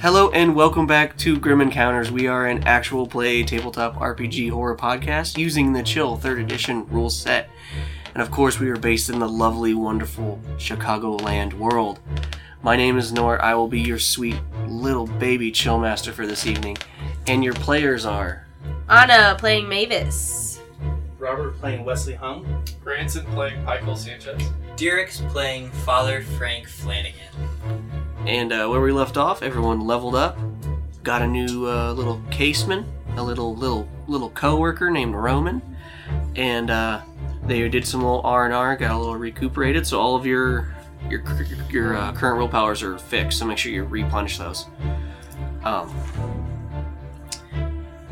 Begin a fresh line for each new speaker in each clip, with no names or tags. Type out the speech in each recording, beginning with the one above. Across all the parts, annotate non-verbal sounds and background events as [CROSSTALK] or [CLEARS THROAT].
Hello and welcome back to Grim Encounters. We are an actual play tabletop RPG horror podcast using the Chill 3rd Edition rule set. And of course, we are based in the lovely, wonderful Chicagoland world. My name is Nort. I will be your sweet little baby chill master for this evening. And your players are.
Anna playing Mavis.
Robert playing Wesley Hung.
Branson playing Michael Sanchez.
Derek's playing Father Frank Flanagan.
And uh, where we left off, everyone leveled up, got a new uh, little caseman, a little little little coworker named Roman, and uh, they did some little R and R, got a little recuperated. So all of your your cur- your uh, current will powers are fixed. So make sure you replenish those. Um,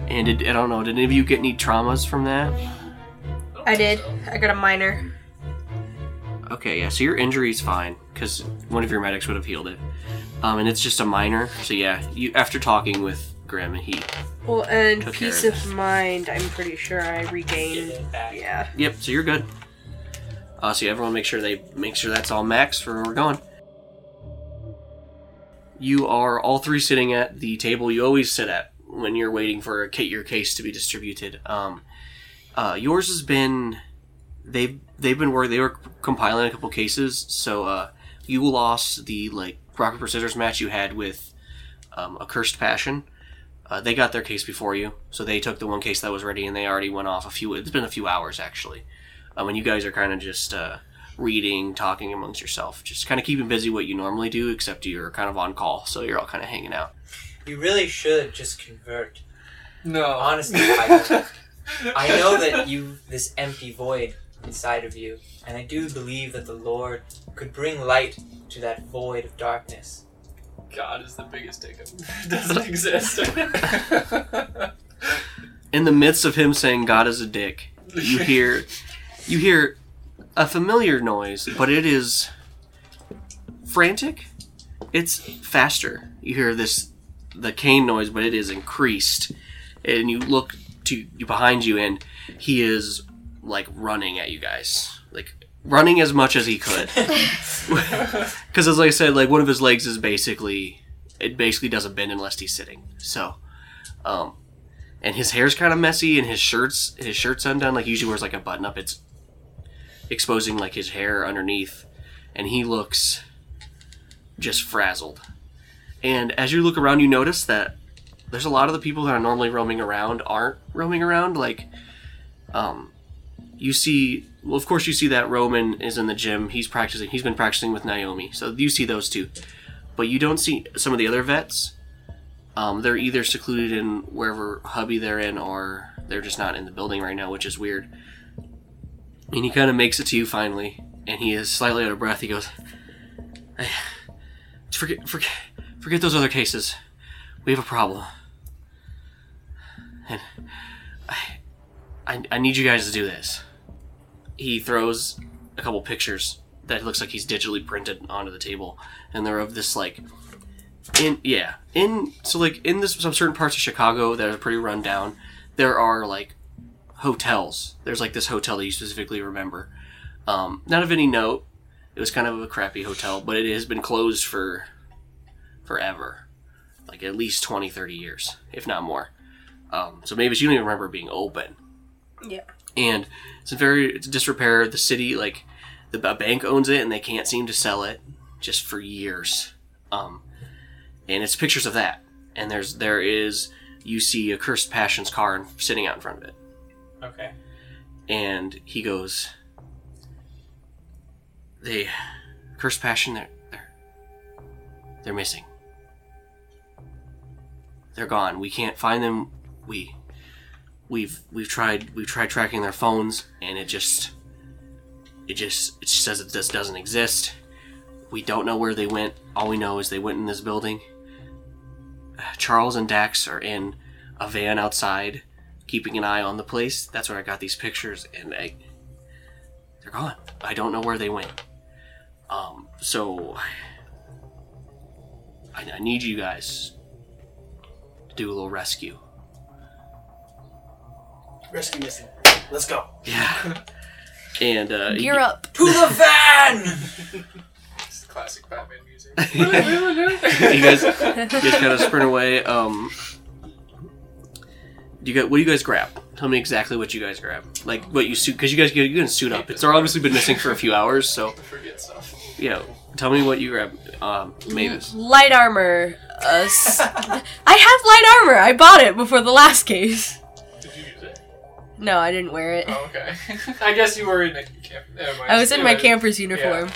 and did, I don't know, did any of you get any traumas from that?
don't
I
think
did.
so.
I got a minor.
Okay, yeah. So your injury's fine because one of your medics would have healed it, um, and it's just a minor. So yeah, you after talking with Graham and he
Well, and
Took care
peace
of
of mind, I'm pretty sure I regained.
Get back.
Yeah.
Yep, so you're good. Uh, so everyone make sure they make sure that's all max for where we're going. You are all three sitting at the table you always sit at when you're waiting for a, ca- your case to be distributed. Um, uh, yours has been they've they've been working they were compiling a couple cases. So uh, you lost the like rock paper scissors match you had with um, accursed passion. Uh, they got their case before you, so they took the one case that was ready, and they already went off a few. It's been a few hours actually, um, and you guys are kind of just uh, reading, talking amongst yourself, just kind of keeping busy what you normally do, except you're kind of on call, so you're all kind of hanging out.
You really should just convert.
No.
Honestly,
[LAUGHS]
I, I know that you this empty void inside of you, and I do believe that the Lord could bring light to that void of darkness.
God is the biggest dick. [LAUGHS] Doesn't exist.
In the midst of him saying "God is a dick," you hear, you hear a familiar noise, but it is frantic. It's faster. You hear this, the cane noise, but it is increased. And you look to you behind you, and he is like running at you guys, like running as much as he could. [LAUGHS] Because as I said, like one of his legs is basically, it basically doesn't bend unless he's sitting. So, um, and his hair's kind of messy, and his shirts his shirt's undone. Like he usually wears like a button up. It's exposing like his hair underneath, and he looks just frazzled. And as you look around, you notice that there's a lot of the people that are normally roaming around aren't roaming around. Like, um, you see, well, of course, you see that Roman is in the gym. He's practicing. He's been practicing with Naomi, so you see those two. But you don't see some of the other vets. Um, they're either secluded in wherever hubby they're in, or they're just not in the building right now, which is weird. And he kind of makes it to you finally, and he is slightly out of breath. He goes, "I- "Forget, forget, forget those other cases. We have a problem, and I, I, I need you guys to do this." he throws a couple pictures that looks like he's digitally printed onto the table, and they're of this like in yeah in so like in this some certain parts of Chicago that are pretty run down, there are like hotels. There's like this hotel that you specifically remember, um, not of any note. It was kind of a crappy hotel, but it has been closed for forever, like at least 20, 30 years, if not more. Um, so maybe you don't even remember it being open
Yeah.
and it's in very it's in disrepair. The city, like the a bank owns it, and they can't seem to sell it just for years. Um, and it's pictures of that. And there's there is you see a cursed passion's car in- sitting out in front of it,
Okay.
and he goes, "They Cursed passion, they're they're they're missing. They're gone. We can't find them. We we've we've tried we've tried tracking their phones and it just it just it says it just doesn't exist. We don't know where they went. All we know is they went in this building. Uh, Charles and Dax are in a van outside, keeping an eye on the place. That's where I got these pictures, and I, they're gone. I don't know where they went. Um, so I, I need you guys to do a little rescue.
Rescue mission. Let's go.
Yeah. [LAUGHS] And uh,
Gear up.
To
[LAUGHS]
the van!
It's classic Batman music.
you
[LAUGHS]
guys, you guys kind of sprint away. Um, you got what do you guys grab? Tell me exactly what you guys grab. Like what you suit, because you guys you didn't suit up. It's obviously been missing for a few hours. So
Forget stuff.
you know, tell me what you grab, um, Mavis.
Light armor. Uh, s- [LAUGHS] I have light armor. I bought it before the last case.
Did you use it?
No, I didn't wear it.
Oh, okay. [LAUGHS] I guess you were in a camp. never mind.
I was in my
Yeah.
camper's uniform.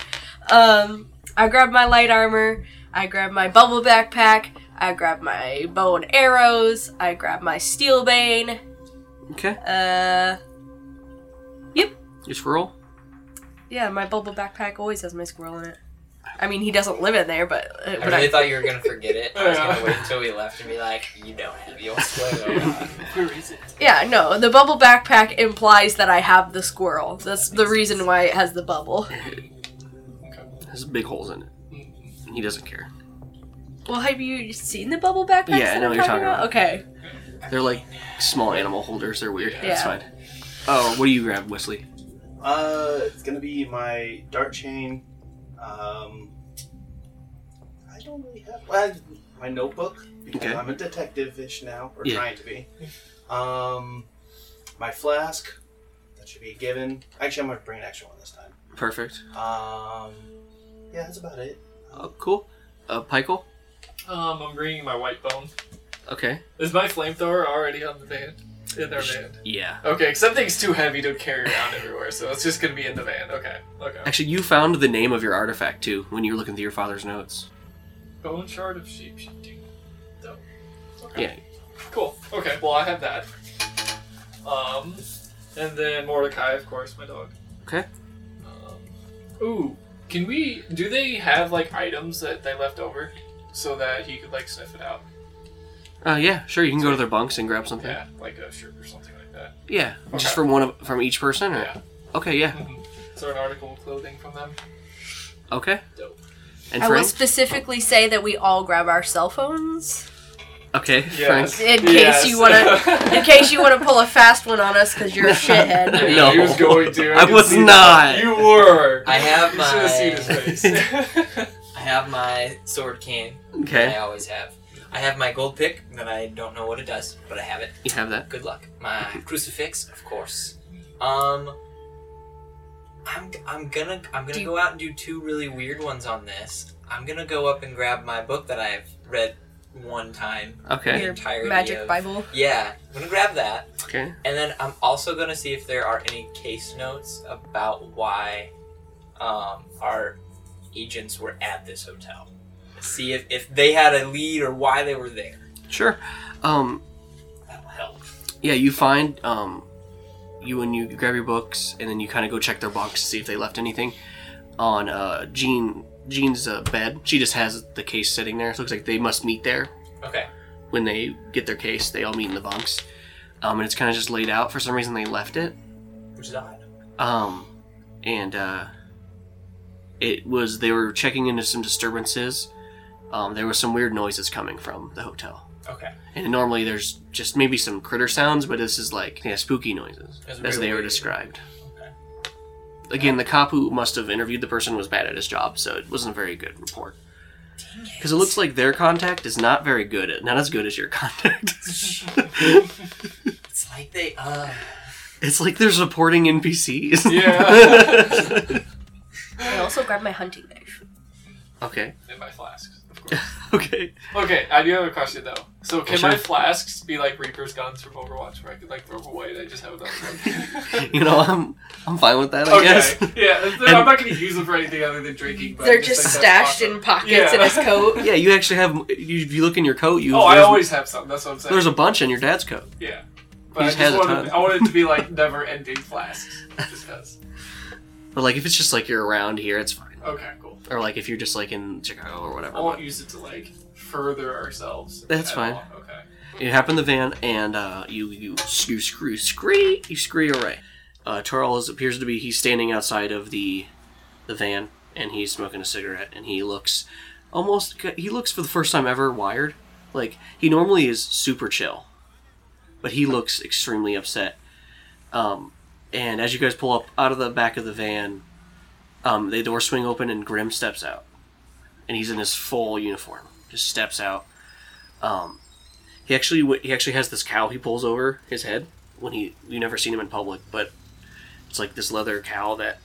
Um, I grabbed my light armor. I grabbed my bubble backpack. I grabbed my bow and arrows. I grabbed my steel bane.
Okay,
Uh,
you roll.
yeah, my bubble backpack always has my squirrel in it. I mean, he doesn't live in there, but uh,
I
but
really
I,
thought you were gonna forget it. I was
Yeah.
gonna wait until we left and be like, you don't have your
[LAUGHS]
spoiler.
Where is it?
yeah, no, the bubble backpack implies that I have the squirrel. That's the reason why it has the bubble.
There's big holes in it. And He doesn't care.
Well, have you seen the bubble backpacks?
Yeah, I
that
know
I'm
what you're talking about.
Okay.
They're like small animal holders. They're weird. That's
Yeah.
fine. Oh, what do you grab, Wesley?
Uh, it's gonna be my dart chain. Um, I don't really have well, I- my notebook because
Okay.
I'm a detective-ish now, or
Yeah.
trying to be. Um, my flask that should be given. Actually, I'm gonna bring an extra one this time.
Perfect.
Um, yeah, that's about it.
Oh, cool. Uh, Pikel.
Um, I'm bringing my white bone.
Okay.
Is my flamethrower already on the van? In their van.
Yeah.
Okay, something's too heavy to carry around everywhere, so it's just gonna be in the van. Okay, okay.
Actually, you found the name of your artifact too when you were looking through your father's notes.
Bone shard of sheep shifting. Dope. Okay.
Yeah.
Cool. Okay. Well, I have that. Um, and then Mordecai, of course, my dog.
Okay.
Um, ooh, can we? Do they have like items that they left over, so that he could like sniff it out?
Uh, yeah, sure. You can go to their bunks and grab something. Yeah,
Yeah, like a shirt or something like that. [LAUGHS]
just
Okay.
from one of from each person. Or?
Yeah.
Okay. Yeah.
Is there an article of clothing from them?
Okay.
Dope.
And
I will
Frank.
specifically say that we all grab our cell phones
okay.
Yes.
in case you want
[LAUGHS]
to. In case you want to pull a fast one on us because [LAUGHS] you're a
[LAUGHS]
shithead.
Frank.
Yeah, he was going to.
I
could
was
see
not.
that. You were.
I have
You should have seen
my-
his face. [LAUGHS]
I have my sword cane. that I
Okay.
always have. I have my gold pick that I don't know what it does, but I have it.
You have that.
Good luck. My crucifix, of course. Um, I'm I'm gonna I'm gonna
Do you-
go out and do two really weird ones on this. I'm gonna go up and grab my book that I've read one time.
Okay.
The
Your
entirety
magic
of-
Bible.
Yeah, I'm gonna grab that,
Okay.
and then I'm also gonna see if there are any case notes about why um, our agents were at this hotel. See if, if they had a lead or why they were there.
Sure. Um.
That'll help.
Yeah. You find um. You and you grab your books and then you kind of go check their bunks to see if they left anything. On uh Jean Jean's uh, bed, she just has the case sitting there. It looks like they must meet there
Okay.
when they get their case. They all meet in the bunks. Um, and it's kind of just laid out. For some reason, they left it.
Which is odd.
Um, and uh, it was they were checking into some disturbances. Um, there was some weird noises coming from the hotel,
Okay.
and normally there's just maybe some critter sounds, but this is like yeah, spooky noises
That's
as
real
they were
weird.
described.
Okay.
Again, the cop who must have interviewed the person was bad at his job, so it wasn't a very good report. Because it looks like their contact is not very good, at, not as good as your [LAUGHS] contact.
It's like they uh
it's like they're supporting NPCs.
yeah.
I also grabbed my hunting knife.
[LAUGHS] Okay.
in my flasks. Of course.
Okay.
okay, I do have a question though. So can
Oh, Sure.
my flasks be like Reaper's guns from Overwatch, where I could like throw them away and I just have another one?
You know, I'm I'm fine with that. [LAUGHS] I guess. [LAUGHS]
Okay. Yeah, they're- I'm not going to use them for anything other than drinking. But I
They're
just
just
think that's
stashed
awesome.
in pockets
Yeah.
in his coat.
Yeah, you actually have. You, if you look in your coat, you.
Oh, I
there's-
always have some. That's what I'm saying.
There's a bunch in your dad's coat.
yeah,
He
but I
just has
just
a
wanted,
ton.
I wanted it to be like never-ending flasks, just 'cause.
But like, if it's just like you're around here, it's fine.
Okay, cool.
Or like, if you're just like in Chicago or whatever.
I won't use it to like further ourselves.
That's
at
fine.
all. Okay.
You hop in the van and uh, you you you screw scree you scree away. Uh, Charles appears to be he's standing outside of the the van and he's smoking a cigarette and he looks almost he looks for the first time ever wired. Like he normally is super chill, but he looks extremely upset. Um, and as you guys pull up out of the back of the van, um, the doors swing open and Grim steps out, and he's in his full uniform. Just steps out. Um, he actually w- he actually has this cow he pulls over his head when he you never seen him in public, but it's like this leather cow that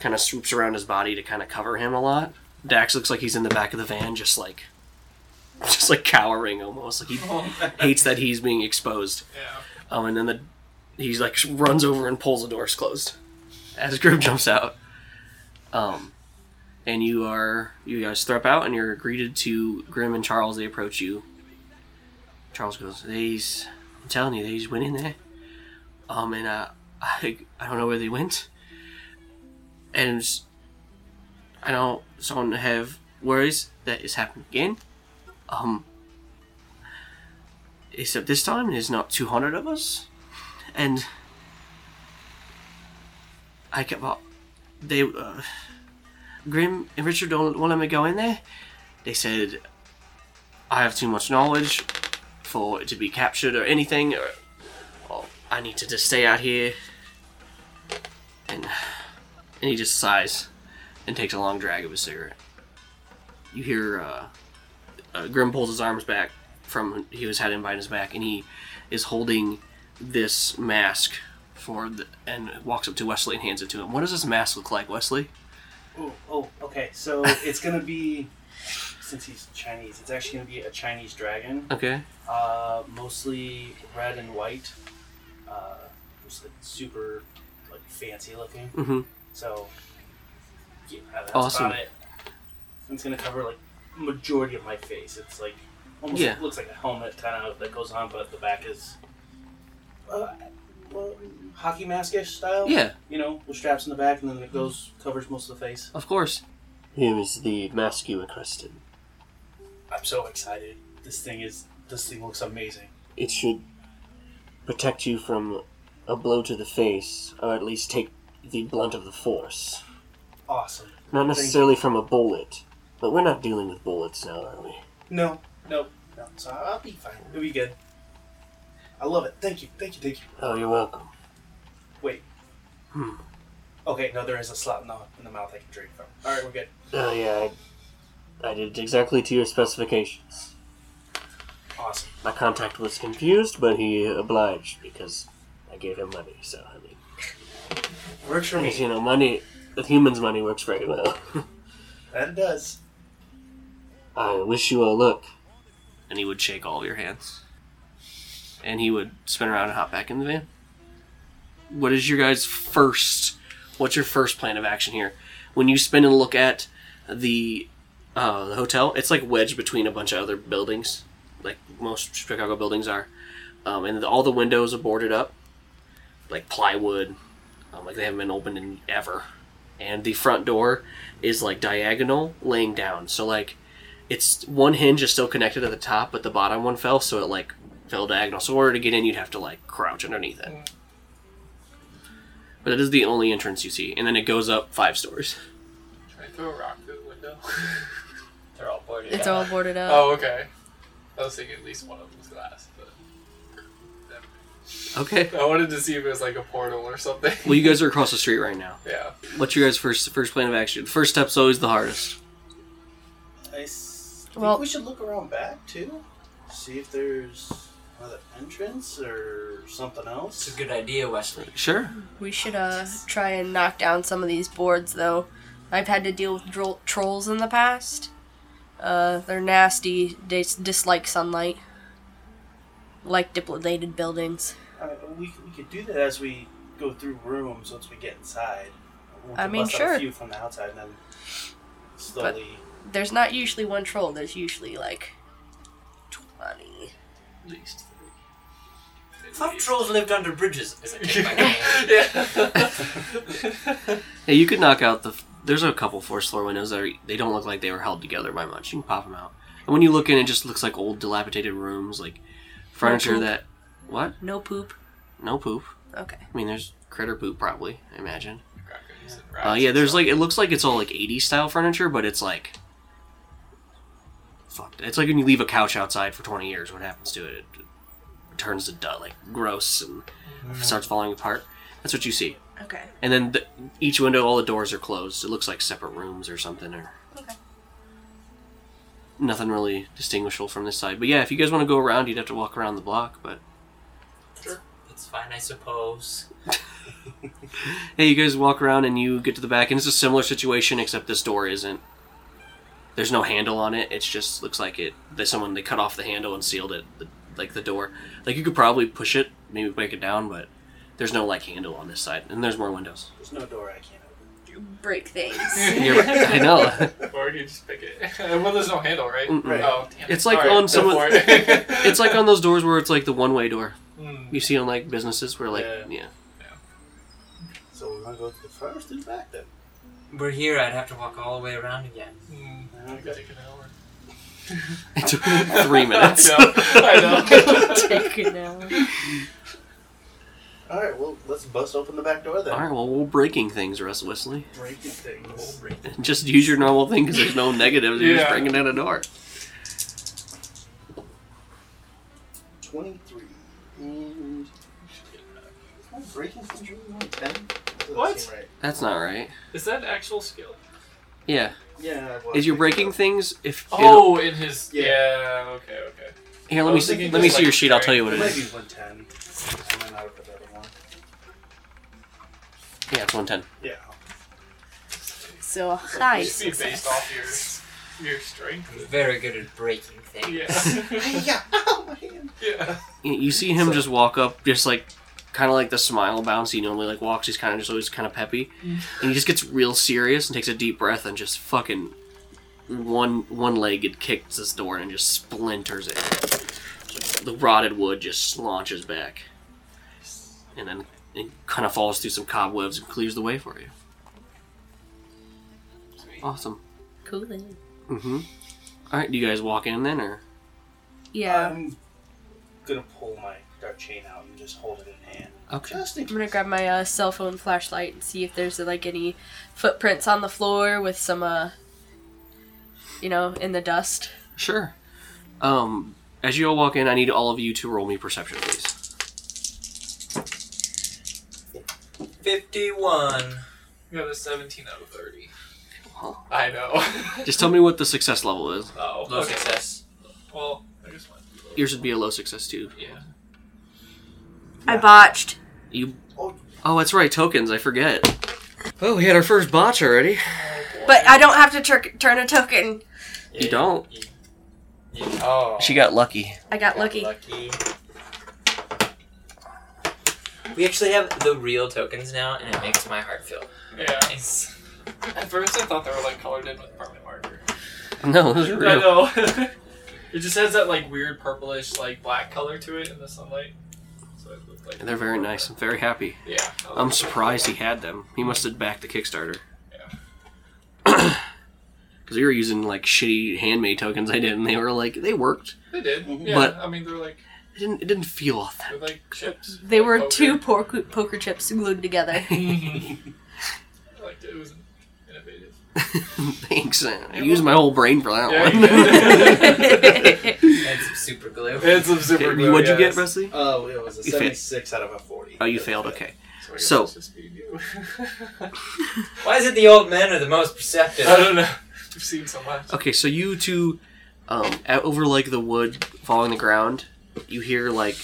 kind of swoops around his body to kind of cover him a lot. Dax looks like he's in the back of the van, just like just like cowering almost. Like he [LAUGHS] hates that he's being exposed.
Yeah.
Um, and then the he like runs over and pulls the doors closed as Grim jumps out. Um, and you are you guys step out and you're greeted to Grim and Charles. They approach you. Charles goes, "These, I'm telling you, they just went in there. Um, and uh, [LAUGHS] I I don't know where they went. And s- I don't so I don't have worries that it's happened again. Um, except this time there's not 200 of us and i kept well, they uh, grim and richard don't want to go in there they said i have too much knowledge for it to be captured or anything or, or i need to just stay out here and and he just sighs and takes a long drag of his cigarette you hear uh, uh, Grim pulls his arms back from he was had him behind his back, and he is holding this mask for the, and walks up to Wesley and hands it to him. What does this mask look like, Wesley?
Oh, oh, okay. [LAUGHS] So it's gonna be, since he's Chinese, it's actually gonna be a Chinese dragon.
Okay,
Uh, mostly red and white. Uh, just like super, like fancy looking.
Mhm.
So, yeah, that's
Awesome.
about it. And It's gonna cover like majority of my face. It's like almost
Yeah.
looks like a helmet kind of that goes on, but the back is. Uh, well, hockey mask ish style.
Yeah.
You know, with straps in the back, and then it goes covers most of the face.
of course. Here is the mask you requested.
I'm so excited. This thing is this thing looks amazing.
It should protect you from a blow to the face, or at least take the blunt of the force.
Awesome.
Not
necessarily
from a bullet, but we're not dealing with bullets now, are we?
No, no, no. So I'll be fine. It'll be good. I love it. Thank you. Thank you. Thank you.
Oh, you're welcome.
Wait. Hmm. Okay, no, there is a slot in the, in the mouth I can drink from. All right, we're good.
Oh yeah, I, I did exactly to your specifications.
Awesome.
My contact was confused, but he obliged because I gave him money. So I mean,
Works for
you know, money, the human's money works very well. [LAUGHS]
That it does.
I wish you all luck. And he would shake all your hands, and he would spin around and hop back in the van. What is your guys' first? What's your first plan of action here? When you spin and look at the uh, the hotel. It's like wedged between a bunch of other buildings, like most Chicago buildings are, um, and all the windows are boarded up, like plywood, um, like they haven't been opened in ever. And the front door is like diagonal, laying down. So like, it's one hinge is still connected at the top, but the bottom one fell, so it like fell diagonal. So in order to get in, you'd have to like crouch underneath it. But that is the only entrance you see, and then it goes up five stories.
Can I throw a rock through the window?
They're all boarded.
It's
up.
all boarded up.
[LAUGHS] oh, okay. I was thinking at least one of them was glass, but
Okay.
I wanted to see if it was like a portal or something.
Well, you guys are across the street right now.
yeah.
What's your guys' first first plan of action? The first step's always the hardest.
I s- think
Well-
we should look around back too, see if there's another entrance or something
It's
else.
a good idea, Wesley.
Sure.
We should uh try and knock down some of these boards though. I've had to deal with dro- trolls in the past. Uh, they're nasty. They s- dislike sunlight. Like dilapidated buildings.
All right, well, we, we could do that as we go through rooms once we get inside. We
I
can
mean,
bust out
sure.
A few from the outside, and then slowly.
There's not usually one troll. There's usually like twenty.
At least three.
Some trolls lived under bridges as [LAUGHS] a kid. by the way.
yeah.
Hey, you could knock out the. There's a couple force floor windows that are, they don't look like they were held together by much. You can pop them out, and when you look in, it just looks like old, dilapidated rooms, like furniture
poop.
that. What?
No poop.
No poop.
Okay.
I mean, there's critter poop probably. I imagine.
Cockroaches and
Uh,
rats
yeah,
[LAUGHS] and
there's
stuff.
like it looks like it's all like 80s style furniture, but it's like fucked. It's like when you leave a couch outside for 20 years, what happens to it? It, turns to dust, like gross, and starts falling apart. That's what you see.
Okay.
And then the, each window, all the doors are closed. It looks like separate rooms or something, or
Okay.
nothing really distinguishable from this side. But yeah, if you guys want to go around, you'd have to walk around the block. But
That's fine, I suppose.
hey, you guys walk around and you get to the back, and it's a similar situation, except this door isn't. There's no handle on it. It's just looks like it. That someone they cut off the handle and sealed it, the, like the door. Like you could probably push it, maybe break it down, but there's no like handle on this side, and there's more windows.
There's no door I can't open.
Break things. [LAUGHS]
You're right,
[LAUGHS]
I know.
Or you just pick it. [LAUGHS] well, there's no handle, right?
Mm-mm.
Right.
Oh, damn it.
It's like
All right,
on
go
someone-
for it.
[LAUGHS] It's like on those doors where it's like the one-way door.
[LAUGHS] Mm.
You see on like businesses where like
Yeah.
yeah. [LAUGHS]
So we're gonna go to the first and back then.
We're here, I'd have to walk all the way around again.
Mm. It could take an hour. [LAUGHS]
It took three minutes.
I know. I know.
[LAUGHS]
Take it now.
All right, well, let's bust open the back door then.
All right, well, we're breaking things, Russ Wesley. [LAUGHS]
Breaking things.
Just use your normal thing because there's no negatives. You're just
Yeah.
breaking down a door.
Twenty-three. And is my breaking things really only ten? That doesn't
What?
seem Right.
That's not right.
Is that actual skill?
Yeah.
Yeah. Well,
Is your breaking things? If
Oh, in his.
Yeah.
Yeah. okay, okay.
here,
I
let me
was
see,
thinking
let me
just
see your
like
sheet. I'll tell you what
It
it
might be
is.
one ten. I might not have put that in one.
Yeah, it's one ten.
Yeah.
So
It
high
should be based
success.
off your, your
I'm
strength.
very good at breaking things.
[LAUGHS]
Yeah. [LAUGHS]
yeah. Oh my hand.
yeah.
You, you see him just walk up, just like kind of like the smile bounce he normally like walks. He's kind of just always kind of peppy,
Mm.
and he just gets real serious and takes a deep breath and just fucking one one legged kicks this door and just splinters it. The rotted wood just launches back, and then it kind of falls through some cobwebs and clears the way for you. Awesome.
Cool.
Mm-hmm. All right, do you guys walk in then, or
Yeah.
I'm Um, gonna pull my dart chain out and just hold it in hand.
okay?
Just in
I'm gonna grab my uh, cell phone flashlight and see if there's uh, like any footprints on the floor with some, uh, you know, in the dust.
Sure. Um, as you all walk in, I need all of you to roll me perception, please.
51.
You got a 17 out of 30.
Wow.
I know. [LAUGHS]
Just tell me what the success level is.
oh,
Low
okay.
success.
Well, I just want to
Yours would be a low success too.
Yeah.
I botched.
You.
Oh.
Oh, that's right, tokens. I forget. Oh, we had our first botch already.
But I don't have to tur- turn a token.
You don't.
You, you- oh.
She got lucky. [LAUGHS]
I got lucky.
lucky. We actually have the real tokens now, and it makes my heart feel
Yeah.
nice.
At first, I thought they were like colored in with permanent marker.
No, this is
I
real.
know. [LAUGHS] it just has that like weird purplish, like black color to it in the sunlight. So it looked like.
They're very nice. I'm very happy.
Yeah.
I'm surprised he had them. He must have backed the Kickstarter.
Yeah.
[COUGHS] Because we were using like shitty handmade tokens I did, and they were like they worked.
They did. Yeah.
But-
I mean, they're like
It didn't. It didn't feel authentic.
they're like chips.
They
like
were
poker.
two poker, poker chips glued together.
[LAUGHS]
[LAUGHS]
Mm-hmm. I liked it. It was innovative.
Thanks. uh, I used my whole brain for that
Yeah,
one.
you
[LAUGHS]
did.
And some super glue.
It's some super glue.
What'd you
yes.
get, Wesley?
Oh, it was a
You failed.
seventy-six out of a forty.
Oh, you failed. Okay.
I guess
So-
it's just me and you.
Why is it the old men are the most perceptive?
[LAUGHS] I don't know. We've seen so much.
Okay. So you two, um, out over like the wood following the ground, you hear like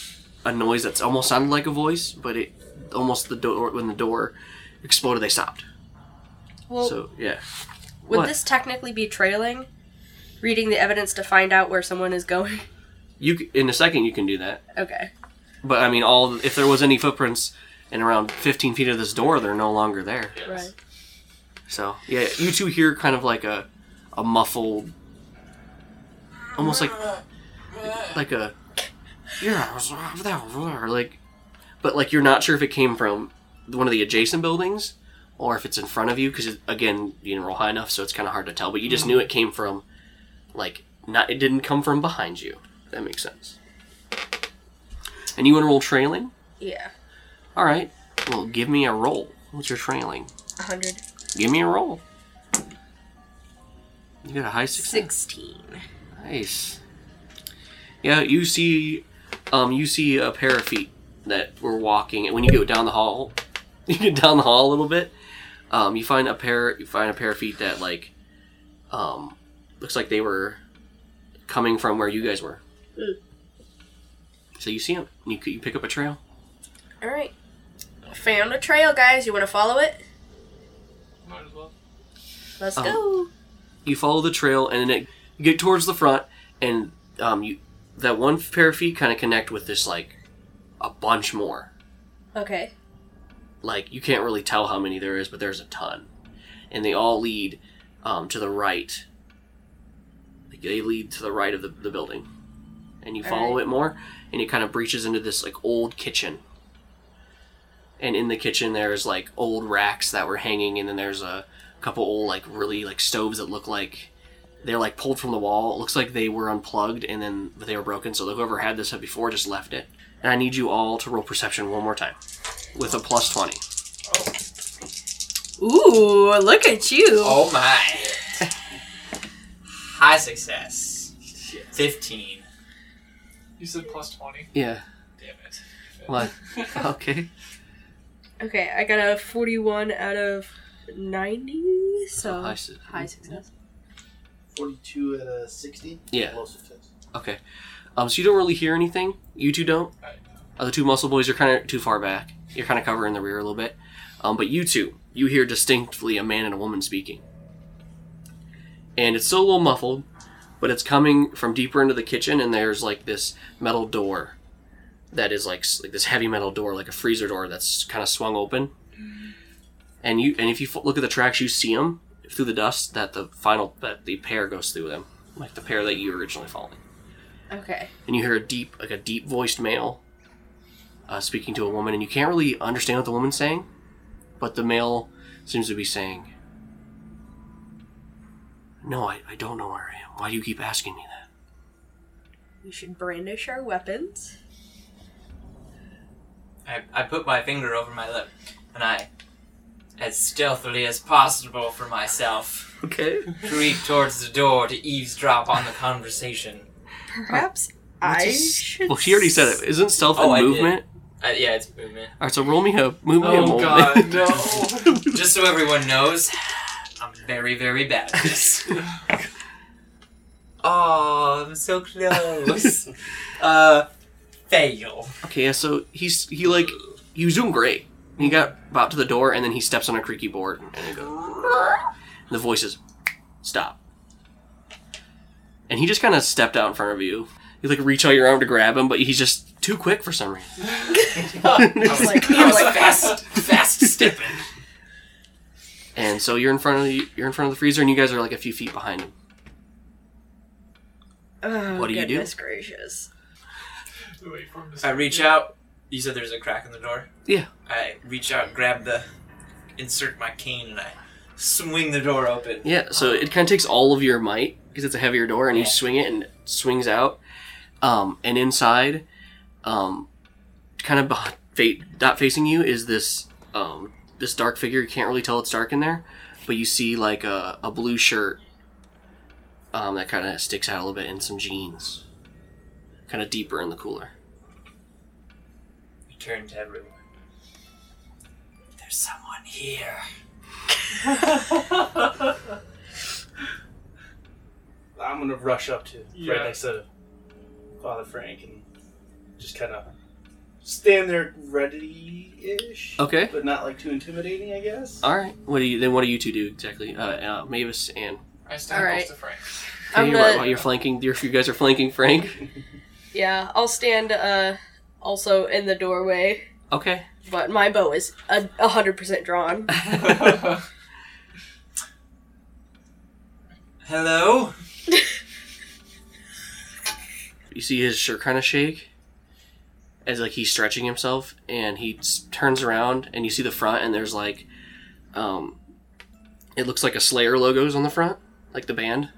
a noise that's almost sounded like a voice, but it almost the door when the door exploded, they stopped.
Oh.
Well,
so yeah.
would
what?
this technically be trailing? Reading the evidence to find out where someone is going? [LAUGHS]
You c- in a second you can do that,
okay.
but I mean all if there was any footprints in around 15 feet of this door, they're no longer there.
Yes.
Right.
So yeah, you two hear kind of like a a muffled, almost like like a yeah like, but like you're not sure if it came from one of the adjacent buildings or if it's in front of you because again you didn't roll high enough, so it's kind of hard to tell. But you just knew it came from like not it didn't come from behind you. If that makes sense. And you want to roll trailing?
Yeah.
All right. Well, give me a roll. What's your trailing?
100.
Give me a roll. You got a high success.
16.
Nice. Yeah, you see, um, you see a pair of feet that were walking, and when you go down the hall, [LAUGHS] you get down the hall a little bit. Um, you find a pair, you find a pair of feet that like, um, looks like they were coming from where you guys were. So you see them, you, c- you pick up a trail.
Alright. Found a trail, guys. You want to follow it?
Might as well.
Let's
Um,
go.
you follow the trail and then it, you get towards the front and um, you that one pair of feet kind of connect with this like a bunch more
Okay.
like you can't really tell how many there is but there's a ton and they all lead um, to the right like they lead to the right of the, the building and you follow it more and it kind of breaches into this like old kitchen and in the kitchen there's like old racks that were hanging and then there's a couple old like really like stoves that look like they're like pulled from the wall it looks like they were unplugged and then but they were broken so whoever had this before just left it and i need you all to roll perception one more time with a plus 20
Ooh, look at you.
Oh my. High success. 15.
You said plus 20.
yeah
Damn it.
what [LAUGHS] okay
Okay, I got a 41 out of 90, so
high
high,
su-
success.
42 at a 60?
Yeah.
Low success.
okay um so you don't really hear anything you two don't
I
Uh, the two muscle boys are kind of too far back. You're kind of covering the rear a little bit. Um, but you two, you hear distinctly a man and a woman speaking. And it's still a little muffled, but it's coming from deeper into the kitchen, and there's like this metal door that is like s- like this heavy metal door, like a freezer door that's kind of swung open. And you and if you fo- look at the tracks, you see them through the dust that the final that the pair goes through them, like the pair that you originally followed
Okay.
and you hear a deep, like a deep voiced male uh, speaking to a woman, and you can't really understand what the woman's saying, but the male seems to be saying, No, I, I don't know where I am. Why do you keep asking me that?
We should brandish our weapons.
I, I put my finger over my lip and I, as stealthily as possible for myself,
Okay.
creep towards the door to eavesdrop on the conversation.
Perhaps I should.
Well, she already said it. Isn't stealth
Oh, I
and
did.
movement?
Uh, yeah, it's movement.
All right, so roll me a move me a
Oh
movement. [LAUGHS]
[LAUGHS]
god, no.
Just so everyone knows, I'm very, very bad at this. [LAUGHS] oh, I'm so [LAUGHS] close. uh, fail.
Okay, yeah, so he's he like he was doing great. He got about to the door, and then he steps on a creaky board, and it goes. The voice is, "Stop!" And he just kind of stepped out in front of you. You like reach out your arm to grab him, but he's just too quick for some reason.
[LAUGHS] Like,
I was
like,
fast, fast stepping.
[LAUGHS] And so you're in front of the, you're in front of the freezer, and you guys are like a few feet behind him.
oh,
What do you do?
goodness gracious.
Wait for him
I
to say-
reach out. You said there's a crack in the door.
Yeah.
I reach out, grab the, insert my cane, and I swing the door open.
Yeah, so it kind of takes all of your might because it's a heavier door, and you
Yeah.
swing it, and it swings out. Um, and inside, um, kind of [LAUGHS] behind, fa- not facing you, is this um, this dark figure. You can't really tell it's dark in there, but you see like a, a blue shirt um, that kind of sticks out a little bit, and some jeans, kind of deeper in the cooler.
I turn to everyone. There's someone here.
I'm gonna rush up to
Yeah.
right next to Father Frank and just kind of stand there ready-ish.
Okay.
But not like too intimidating, I guess.
All right. What do you then? What do you two do exactly? Uh, uh Mavis and
I stand
All right.
close to Frank.
I'm
you're,
gonna-
right, you're flanking. You're, you guys are flanking Frank.
Yeah, I'll stand uh also in the doorway,
Okay.
but my bow is a a hundred percent drawn.
Hello?
You see his shirt kind of shake as like he's stretching himself, and he s- turns around, and you see the front, and there's like, um, it looks like a Slayer logos on the front, like the band,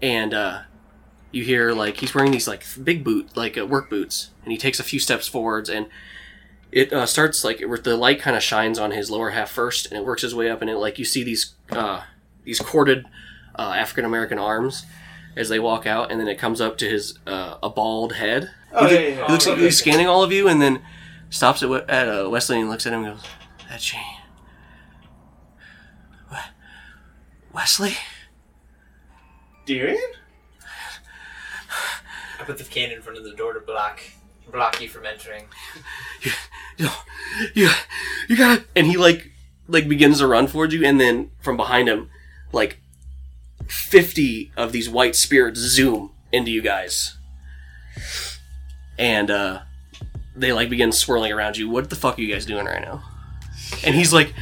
and uh, you hear like he's wearing these like big boot, like uh, work boots, and he takes a few steps forwards, and it uh, starts like it, the light kind of shines on his lower half first, and it works his way up, and it like you see these uh, these corded uh, African American arms as they walk out, and then it comes up to his uh, a bald head.
Oh,
he,
yeah, yeah, yeah.
he looks like
Okay.
he's scanning all of you, and then stops at, We- at uh, Wesley and looks at him and goes, "That chain, We- Wesley."
uh, Darian?
I put the cane in front of the door to block block you from entering.
you, you, you gotta and he like like begins to run towards you and then from behind him like 50 of these white spirits zoom into you guys and uh they like begin swirling around you what the fuck are you guys doing right now and he's like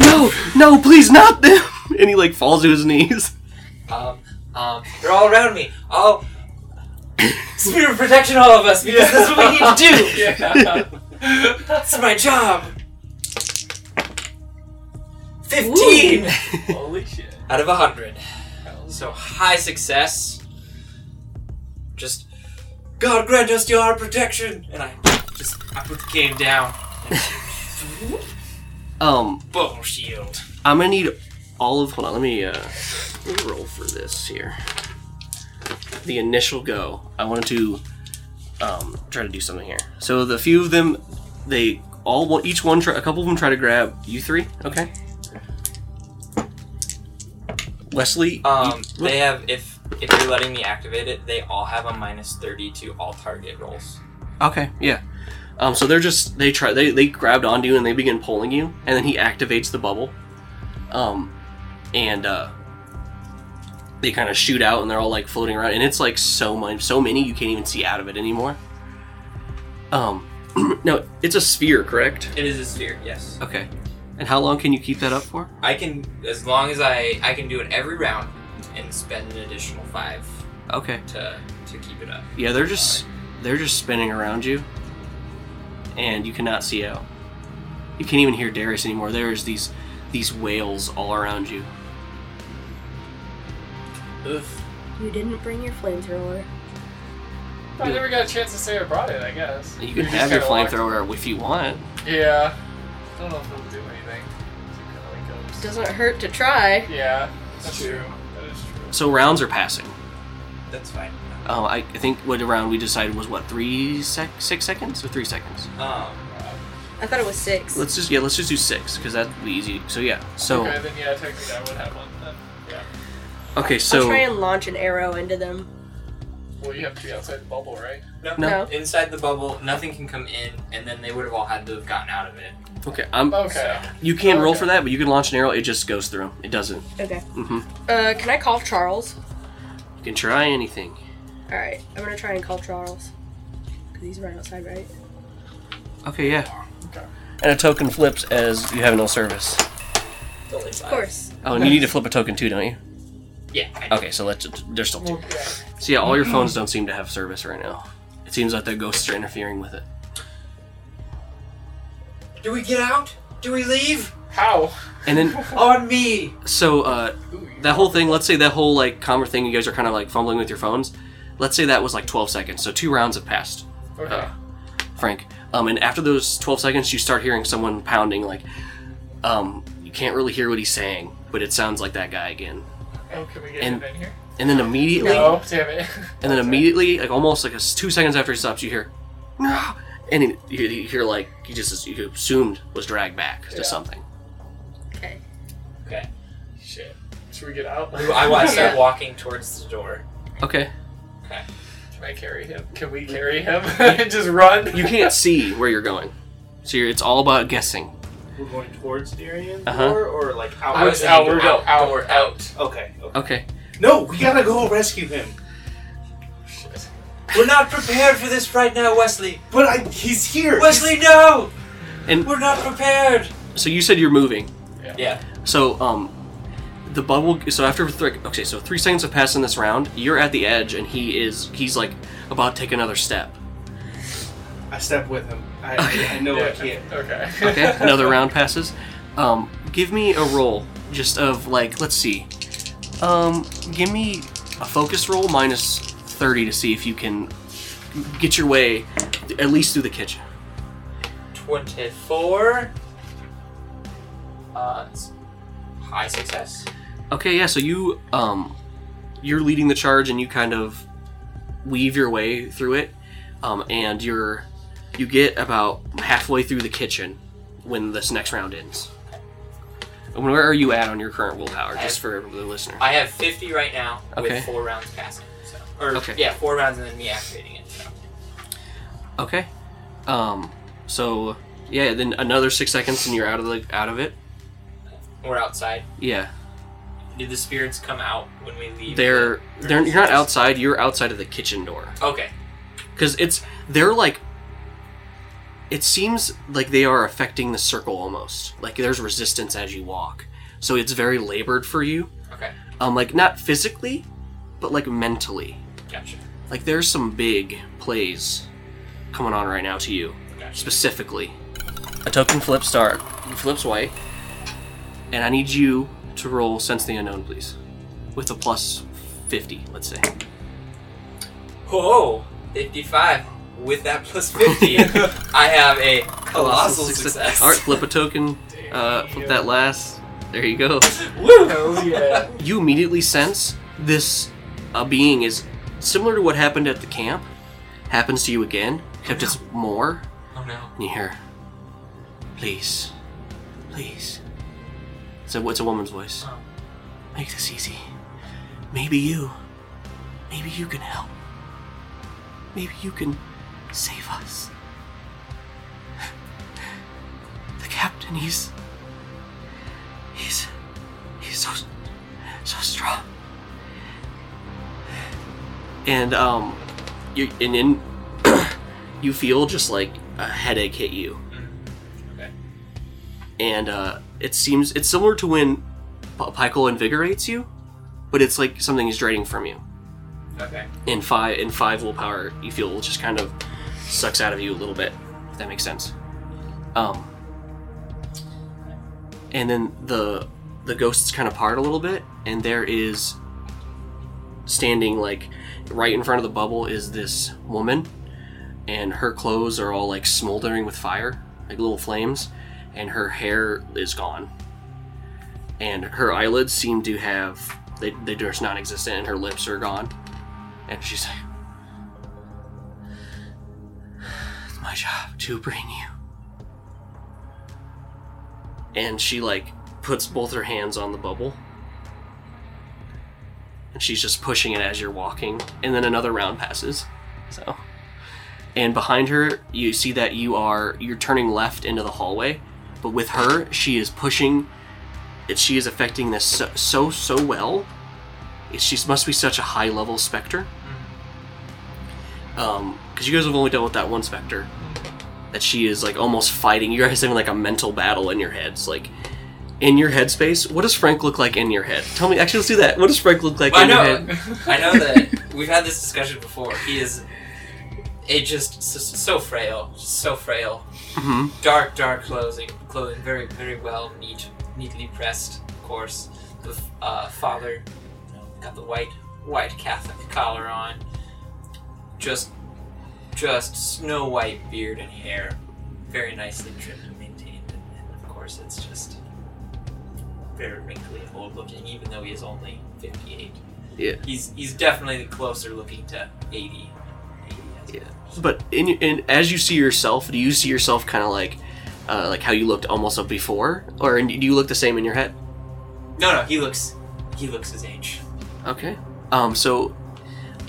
no no please not them [LAUGHS] and he like falls to his knees
Um, um, they're all [COUGHS] around me. I'll spirit of protection all of us because that's what we need to do.
Yeah.
That's my job. Fifteen
Holy shit.
out of a hundred. So high success. Just God grant us your protection, and I just I put the cane down.
[LAUGHS] um
Bubble shield.
i'm gonna need all of hold on let me uh let me roll for this here the initial go i wanted to um try to do something here so the few of them they all want each one try, a couple of them try to grab you three okay wesley
Um,
you-
they have if if you're letting me activate it, they all have a minus thirty to all target rolls.
okay yeah um so they're just they try they, they grabbed onto you and they begin pulling you and then he activates the bubble um and uh they kind of shoot out and they're all like floating around and it's like so much so many you can't even see out of it anymore um [CLEARS THROAT] no it's a sphere correct
It is a sphere, yes.
okay and how long can you keep that up for
I can as long as I I can do it every round and spend an additional five
okay
to to keep it up.
yeah they're just they're just spinning around you and you cannot see out you can't even hear darius anymore there's these these wails all around you
Oof.
You didn't bring your flamethrower.
I never got a chance to say I brought it, I guess.
You
We [LAUGHS]
can
just
have your
kinda walked-
flamethrower if you want.
Yeah. I don't know if it'll do anything. It's kinda like goes-
Doesn't hurt to try.
Yeah, that's true. That is true.
So rounds are passing.
That's fine.
Uh, I, I think what round we decided was what three sec six seconds or three seconds.
Um
I thought it was 6
Let's just yeah, let's just do six because that'd be easy. So yeah. So
Okay, then yeah, technically I would have one. Then. Yeah.
okay,
I'll try
so
and launch an arrow into them.
Well, you have to be outside the bubble, right?
no,
Oh.
No.
Inside the bubble, nothing can come in, and then they would have all had to have gotten out of it.
okay, I'm
Okay.
you can
Oh,
roll
okay.
for that, but you can launch an arrow. It just goes through. It doesn't.
Okay.
hmm
Uh, can I call Charles?
You can try anything.
All right, I'm gonna try and call Charles because he's right outside, right?
Okay, yeah.
Okay.
And a token flips as you have no service.
It's only
Of
five.
course.
Oh, and you need to flip a token too, don't you?
Yeah. I
Okay, so let's they're still two. So yeah, all your phones don't seem to have service right now. It seems like the ghosts are interfering with it.
Do we get out? Do we leave?
How?
And then
On me.
so uh
Ooh, you-
that whole thing let's say that whole like conver thing you guys are kind of like fumbling with your phones let's say that was like 12 seconds so two rounds have passed
Okay.
uh, frank um, and after those 12 seconds you start hearing someone pounding like um, you can't really hear what he's saying but it sounds like that guy again
oh, can we get
and-
him in here?
and then immediately
No, damn it. [LAUGHS]
and then immediately like almost like a s two seconds after he stops you hear [SIGHS] no and you, you hear like he just you assumed was dragged back
Yeah.
to something
Okay.
Okay.
Shit. Should we get out?
I, I start walking towards the door.
okay
Okay.
Can I carry him? Can we carry him? [LAUGHS] and just run?
You can't [LAUGHS] see where you're going, so you're, it's all about guessing.
We're going towards Darien
Uh-huh.
door or like
[LAUGHS] I
outward?
was
thinking
outward,
out,
out, outward,
outward,
out.
Okay, okay.
Okay.
No, we gotta go rescue him.
We're not prepared for this right now, Wesley.
But I, he's here.
Wesley, no!
And
We're not prepared.
so you said you're moving.
Yeah.
So um, the bubble. So after three, okay, so three seconds have passed in this round. You're at the edge, and he is. He's like about to take another step.
He's- I step with him. I, I know I can't.
Okay. [LAUGHS]
Okay, another round passes. Um, give me a roll, just of like, let's see. Um, give me a focus roll minus thirty to see if you can get your way at least through the kitchen.
24. Uh, it's high success.
Okay, yeah. So you um, you're leading the charge, and you kind of weave your way through it, um, and you're you get about halfway through the kitchen when this next round ends. And where are you at on your current willpower, just for the listener?
I have 50 right now
Okay.
with four rounds passing. So, or
Okay.
yeah, four rounds and then me activating it. So.
Okay. Um. So yeah, then another six seconds, and you're out of the out of it.
We're outside.
Yeah,
Did the spirits come out when we leave?
they're they're you're not outside. You're outside of the kitchen door
Okay.
because it's they're like. It seems like they are affecting the circle almost. Like there's resistance as you walk, so it's very labored for you.
Okay.
Um, like not physically, but like mentally.
Gotcha.
Like there's some big plays coming on right now to you.
Gotcha.
specifically. A token flips star. Flips white. And I need you to roll Sense the Unknown, please. With a plus 50, let's say.
Whoa! 55. With that plus [LAUGHS] 50, I have a colossal success.
Alright, flip a token. Uh, flip that last. There you go.
Hell Oh, yeah.
You immediately sense this uh, being is similar to what happened at the camp. Happens to you again, except it's more.
Oh no.
And you hear, please, please. It's a, it's a woman's voice.
Oh.
Make this easy. Maybe you, maybe you can help. Maybe you can save us. The captain, he's, he's, he's so, so strong. And um, you and in, you feel just like a headache hit you
Mm. Okay.
and uh, it seems it's similar to when P- Pykel invigorates you, but it's like something is draining from you.
Okay.
In five, in five willpower, you feel just kind of sucks out of you a little bit. If that makes sense. Um, and then the the ghosts kind of part a little bit, and there is standing like right in front of the bubble is this woman, and her clothes are all like smoldering with fire, like little flames, and her hair is gone, and her eyelids seem to have they they are just non-existent, and her lips are gone, and she's like. It's my job to bring you. And she like puts both her hands on the bubble. And she's just pushing it as you're walking. And then another round passes. So and behind her you see that you are you're turning left into the hallway, but with her she is pushing it she is affecting this so so, so well. She must be such a high level specter um because you guys have only dealt with that one specter that she is like almost fighting you guys having like a mental battle in your heads like in your headspace what does frank look like in your head tell me actually let's do that what does frank look like
Well, I
in your
know.
head
I know
[LAUGHS]
that we've had this discussion before. He is. It just so, so frail, just so frail.
Mhm.
Dark, dark clothing, clothing very, very well, neat, neatly pressed, of course. The f- uh, father got the white, white Catholic collar on. Just, just snow white beard and hair, very nicely trimmed and maintained. And, and of course, it's just very wrinkly and old looking, even though he is only fifty-eight.
Yeah.
He's he's definitely closer looking to 80. 80 as
Yeah. but in, in as you see yourself do you see yourself kind of like uh, like how you looked almost up before or do you look the same in your head
No, no, he looks he looks his age.
Okay. Um, so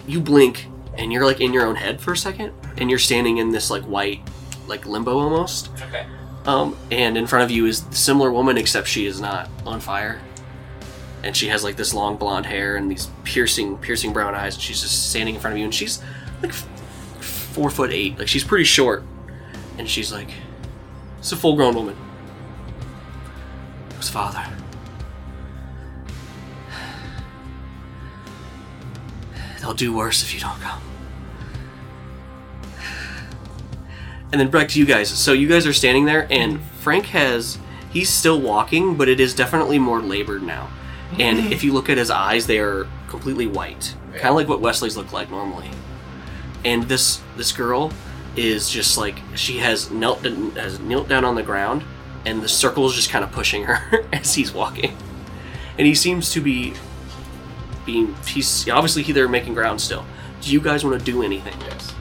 you blink and you're like in your own head for a second, and you're standing in this like white, like limbo almost.
Okay.
Um, and in front of you is the similar woman, except she is not on fire, and she has like this long blonde hair and these piercing, piercing brown eyes. And she's just standing in front of you, and she's like f- four foot eight, like she's pretty short, and she's like, it's a full grown woman. It was father. [SIGHS] They'll do worse if you don't come. And then back to you guys. So you guys are standing there, and Frank has. He's still walking, but it is definitely more labored now. And if you look at his eyes, they are completely white. Kind of like what Wesley's look like normally. And this this girl is just like she has knelt has knelt down on the ground, and the circle is just kind of pushing her [LAUGHS] as he's walking. And he seems to be being he's obviously he- they're making ground still. Do you guys want to do anything?
Yes.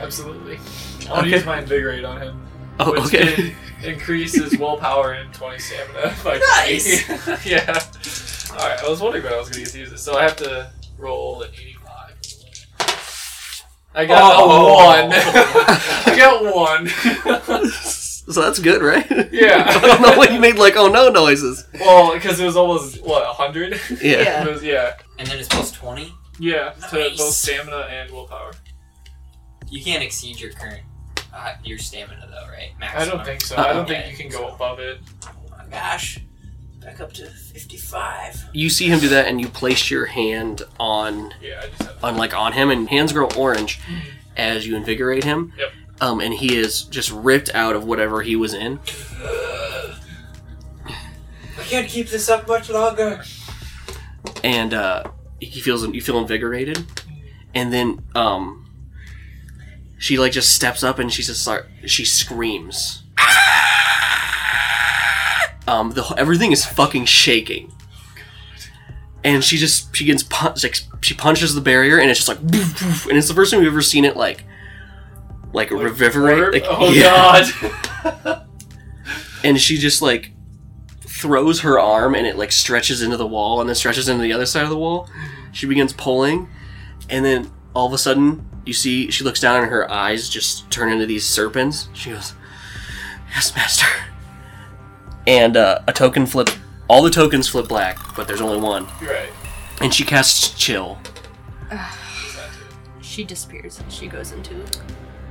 Absolutely. I want
Okay.
to use my invigorate on him.
Oh,
which
okay.
can increase his willpower and 20 stamina. [LAUGHS] By
Nice!
20. [LAUGHS] yeah. Alright, I was wondering when I was going to get to use it. So I have to roll an 85. I got
Oh.
a
[LAUGHS]
[LAUGHS]
1. I got 1.
[LAUGHS] So that's good, right?
[LAUGHS] Yeah.
[LAUGHS] I don't know why you made like oh no noises.
[LAUGHS] well, because it was almost, what, [LAUGHS] 100?
Yeah.
Yeah.
It was, yeah.
And then it's plus 20.
Yeah, to both
Nice.
stamina and willpower.
You can't exceed your current, uh, your stamina though, right?
I
Maximum.
don't think
Uh,
so. I don't
Uh-oh.
think you can go above it.
Oh my gosh. Back up to 55.
You see him do that, and you place your hand on,
Yeah, I just have
on like on him, and hands grow orange as you invigorate him.
Yep.
Um, and he is just ripped out of whatever he was in.
I can't keep this up much longer.
and uh, he feels you feel invigorated, and then um, she like just steps up and she just start she screams.
Ah!
Um, the everything is fucking shaking, and she just she gets pun- like she punches the barrier and it's just like [LAUGHS] woof, woof, and it's the first time we've ever seen it like like, reverberate.
Burp?
like,
Oh
yeah. [LAUGHS]
god.
and she just like throws her arm and it like stretches into the wall and then stretches into the other side of the wall she begins pulling and then all of a sudden you see she looks down and her eyes just turn into these serpents she goes yes master and uh, a token flip all the tokens flip black but there's only one
You're right.
and she casts chill
She disappears and she goes into.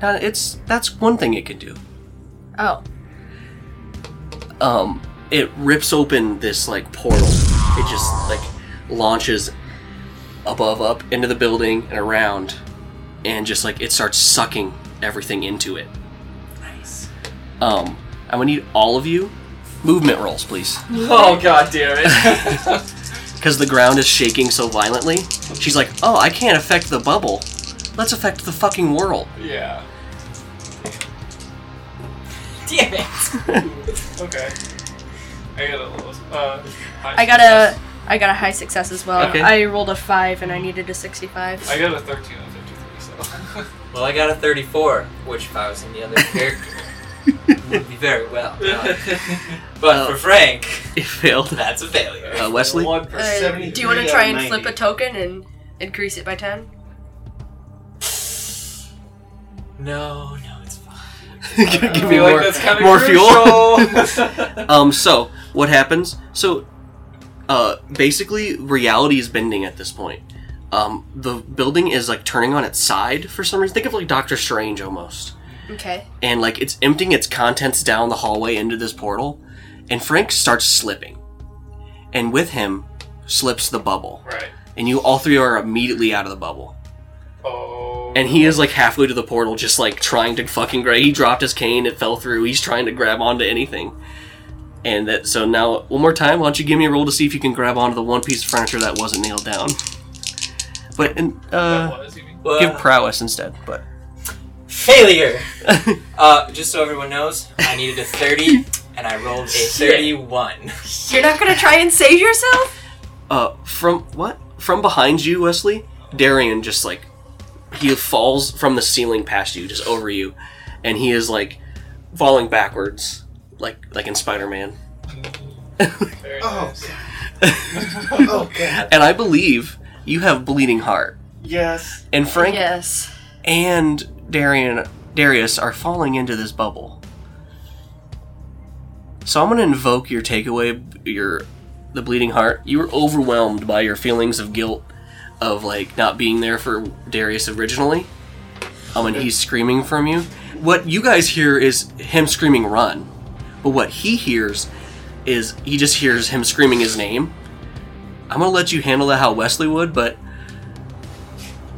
now it's that's one thing it can do
Oh.
um, it rips open this like portal. It just like launches above, up into the building and around, and just like it starts sucking everything into it.
Nice.
Um, I'm gonna need all of you movement rolls, please,
Oh god damn it.
because the ground is shaking so violently. She's like, "Oh, I can't affect the bubble. Let's affect the fucking world."
[LAUGHS]
[LAUGHS]
yeah.
Damn it.
Okay. I got a little. Uh,
I got a. I got a high success as well.
Okay.
I rolled a five and I needed a sixty-five.
I got a 13 out of 53, so.
Well, I got a 34, which if I was in the [LAUGHS] other character, would be very well.
[LAUGHS]
But
Oh.
for Frank,
It failed. [LAUGHS]
that's a failure.
Uh, Wesley,
One for
Uh, do
73
you want to
out
try
of
and flip
90.
a token and increase it by ten?
No, no, it's fine.
[LAUGHS] give
I
me
feel like
more,
that's kinda
more fuel. [LAUGHS]
crucial.
Um, so what happens? So, uh, basically, reality is bending at this point. Um, the building is like turning on its side for some reason. Think of like Doctor Strange almost, [LAUGHS]
Okay.
and like it's emptying its contents down the hallway into this portal, and Frank starts slipping, and with him slips the bubble,
right.
and you all three are immediately out of the bubble.
Oh.
And he is like halfway to the portal, just like trying to fucking grab. He dropped his cane, it fell through. He's trying to grab onto anything. And that, so now, one more time, why don't you give me a roll to see if you can grab onto the one piece of furniture that wasn't nailed down? But, and,
That
uh,
was,
[LAUGHS]
you mean?
Well,
give prowess instead. But,
failure. uh, just so everyone knows, I needed a 30, and I rolled a 31.
You're not gonna try and save yourself?
uh, from what? From behind you, Wesley, Darian just like, he falls from the ceiling past you, just over you. And he is like falling backwards, like, like in Spider Man.
Very
Oh,
nice.
God. [LAUGHS] oh, God.
And I believe you have Bleeding Heart.
Yes.
And Frank
Yes.
and Darian Darius are falling into this bubble. So I'm gonna invoke your takeaway, your the bleeding heart. You were overwhelmed by your feelings of guilt of like not being there for Darius originally. Um, and he's screaming from you. What you guys hear is him screaming "run," but what he hears is he just hears him screaming his name. I'm gonna let you handle that how Wesley would, but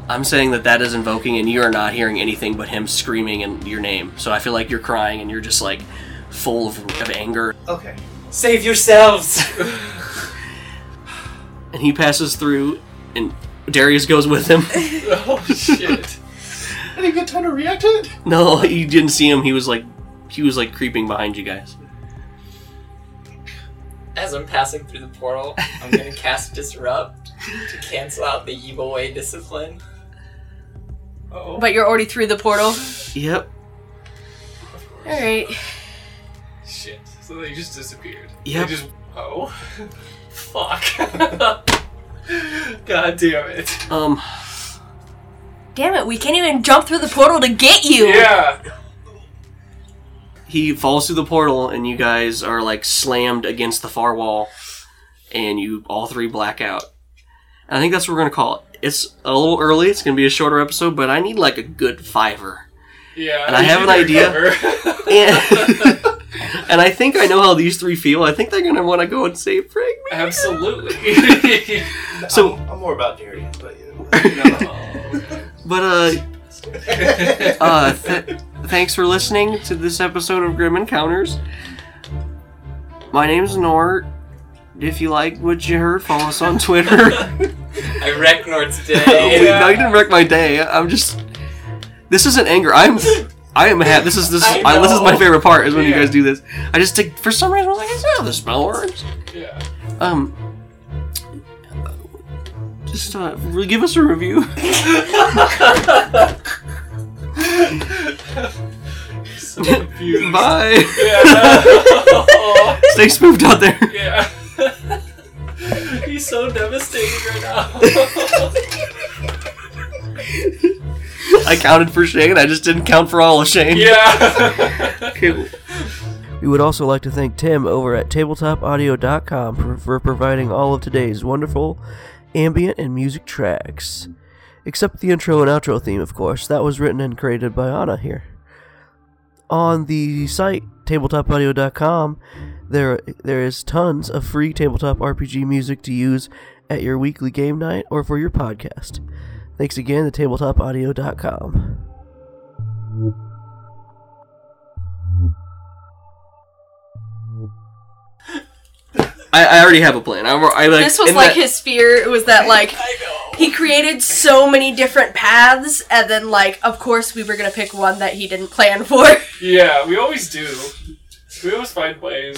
I'm saying that that is invoking, and you are not hearing anything but him screaming and your name. So I feel like you're crying, and you're just like full of, of anger.
Okay.
Save yourselves!
And he passes through, and Darius goes with him. [LAUGHS]
Oh [LAUGHS] shit.
Any good time to react to it?
no, you didn't see him. He was like, he was like creeping behind you guys.
As I'm passing through the portal, I'm gonna cast Disrupt to cancel out the evil way [LAUGHS] discipline.
Oh.
But you're already through the portal.
Yep,
All right.
Shit. So they just disappeared.
Yep.
They just. Oh. Fuck. [LAUGHS] God damn it.
Um,
Damn it, we can't even jump through the portal to get you.
Yeah.
he falls through the portal, and you guys are like slammed against the far wall, and you all three black out. And I think that's what we're gonna call it. It's a little early. It's gonna be a shorter episode, but I need like a good fiver.
Yeah.
And I have an idea.
idea.
and, [LAUGHS] and I think I know how these three feel. I think they're gonna want to go and save Frank.
[LAUGHS] Absolutely. [LAUGHS]
So-
I'm, I'm more about Darius, but you know. [LAUGHS]
But
[LAUGHS]
uh, uh, th- thanks for listening to this episode of Grim Encounters. My name's Nort. If you like what you heard, follow us on
[LAUGHS]
Twitter.
I wreck Nord's
Wait,
day.
no, you didn't wreck my day. I'm just. This isn't anger. I'm. I am ha This is this.
I
I this is my
know.
favorite part. Is when you
Yeah.
guys do this. I just take, for some reason I was like, I see how this spell works.
yeah.
Um, just uh, re- give us a review. [LAUGHS]
So confused.
Bye. [LAUGHS]
Yeah.
Stay spooked out there.
yeah. [LAUGHS] He's so devastated right now.
I counted for Shane. I just didn't count for all of Shane.
yeah. [LAUGHS]
We would also like to thank Tim over at tabletopaudio.com for, for providing all of today's wonderful ambient and music tracks. Except the intro and outro theme, of course. That was written and created by Anna here. On the site, tabletopaudio.com, there, there is tons of free tabletop RPG music to use at your weekly game night or for your podcast. Thanks again to tabletopaudio.com. I, I already have a plan. I, I like,
This was
in
like
that-
his fear. It was that like he created so many different paths, and then like of course we were gonna pick one that he didn't plan for. [LAUGHS]
yeah, we always do. We always find ways.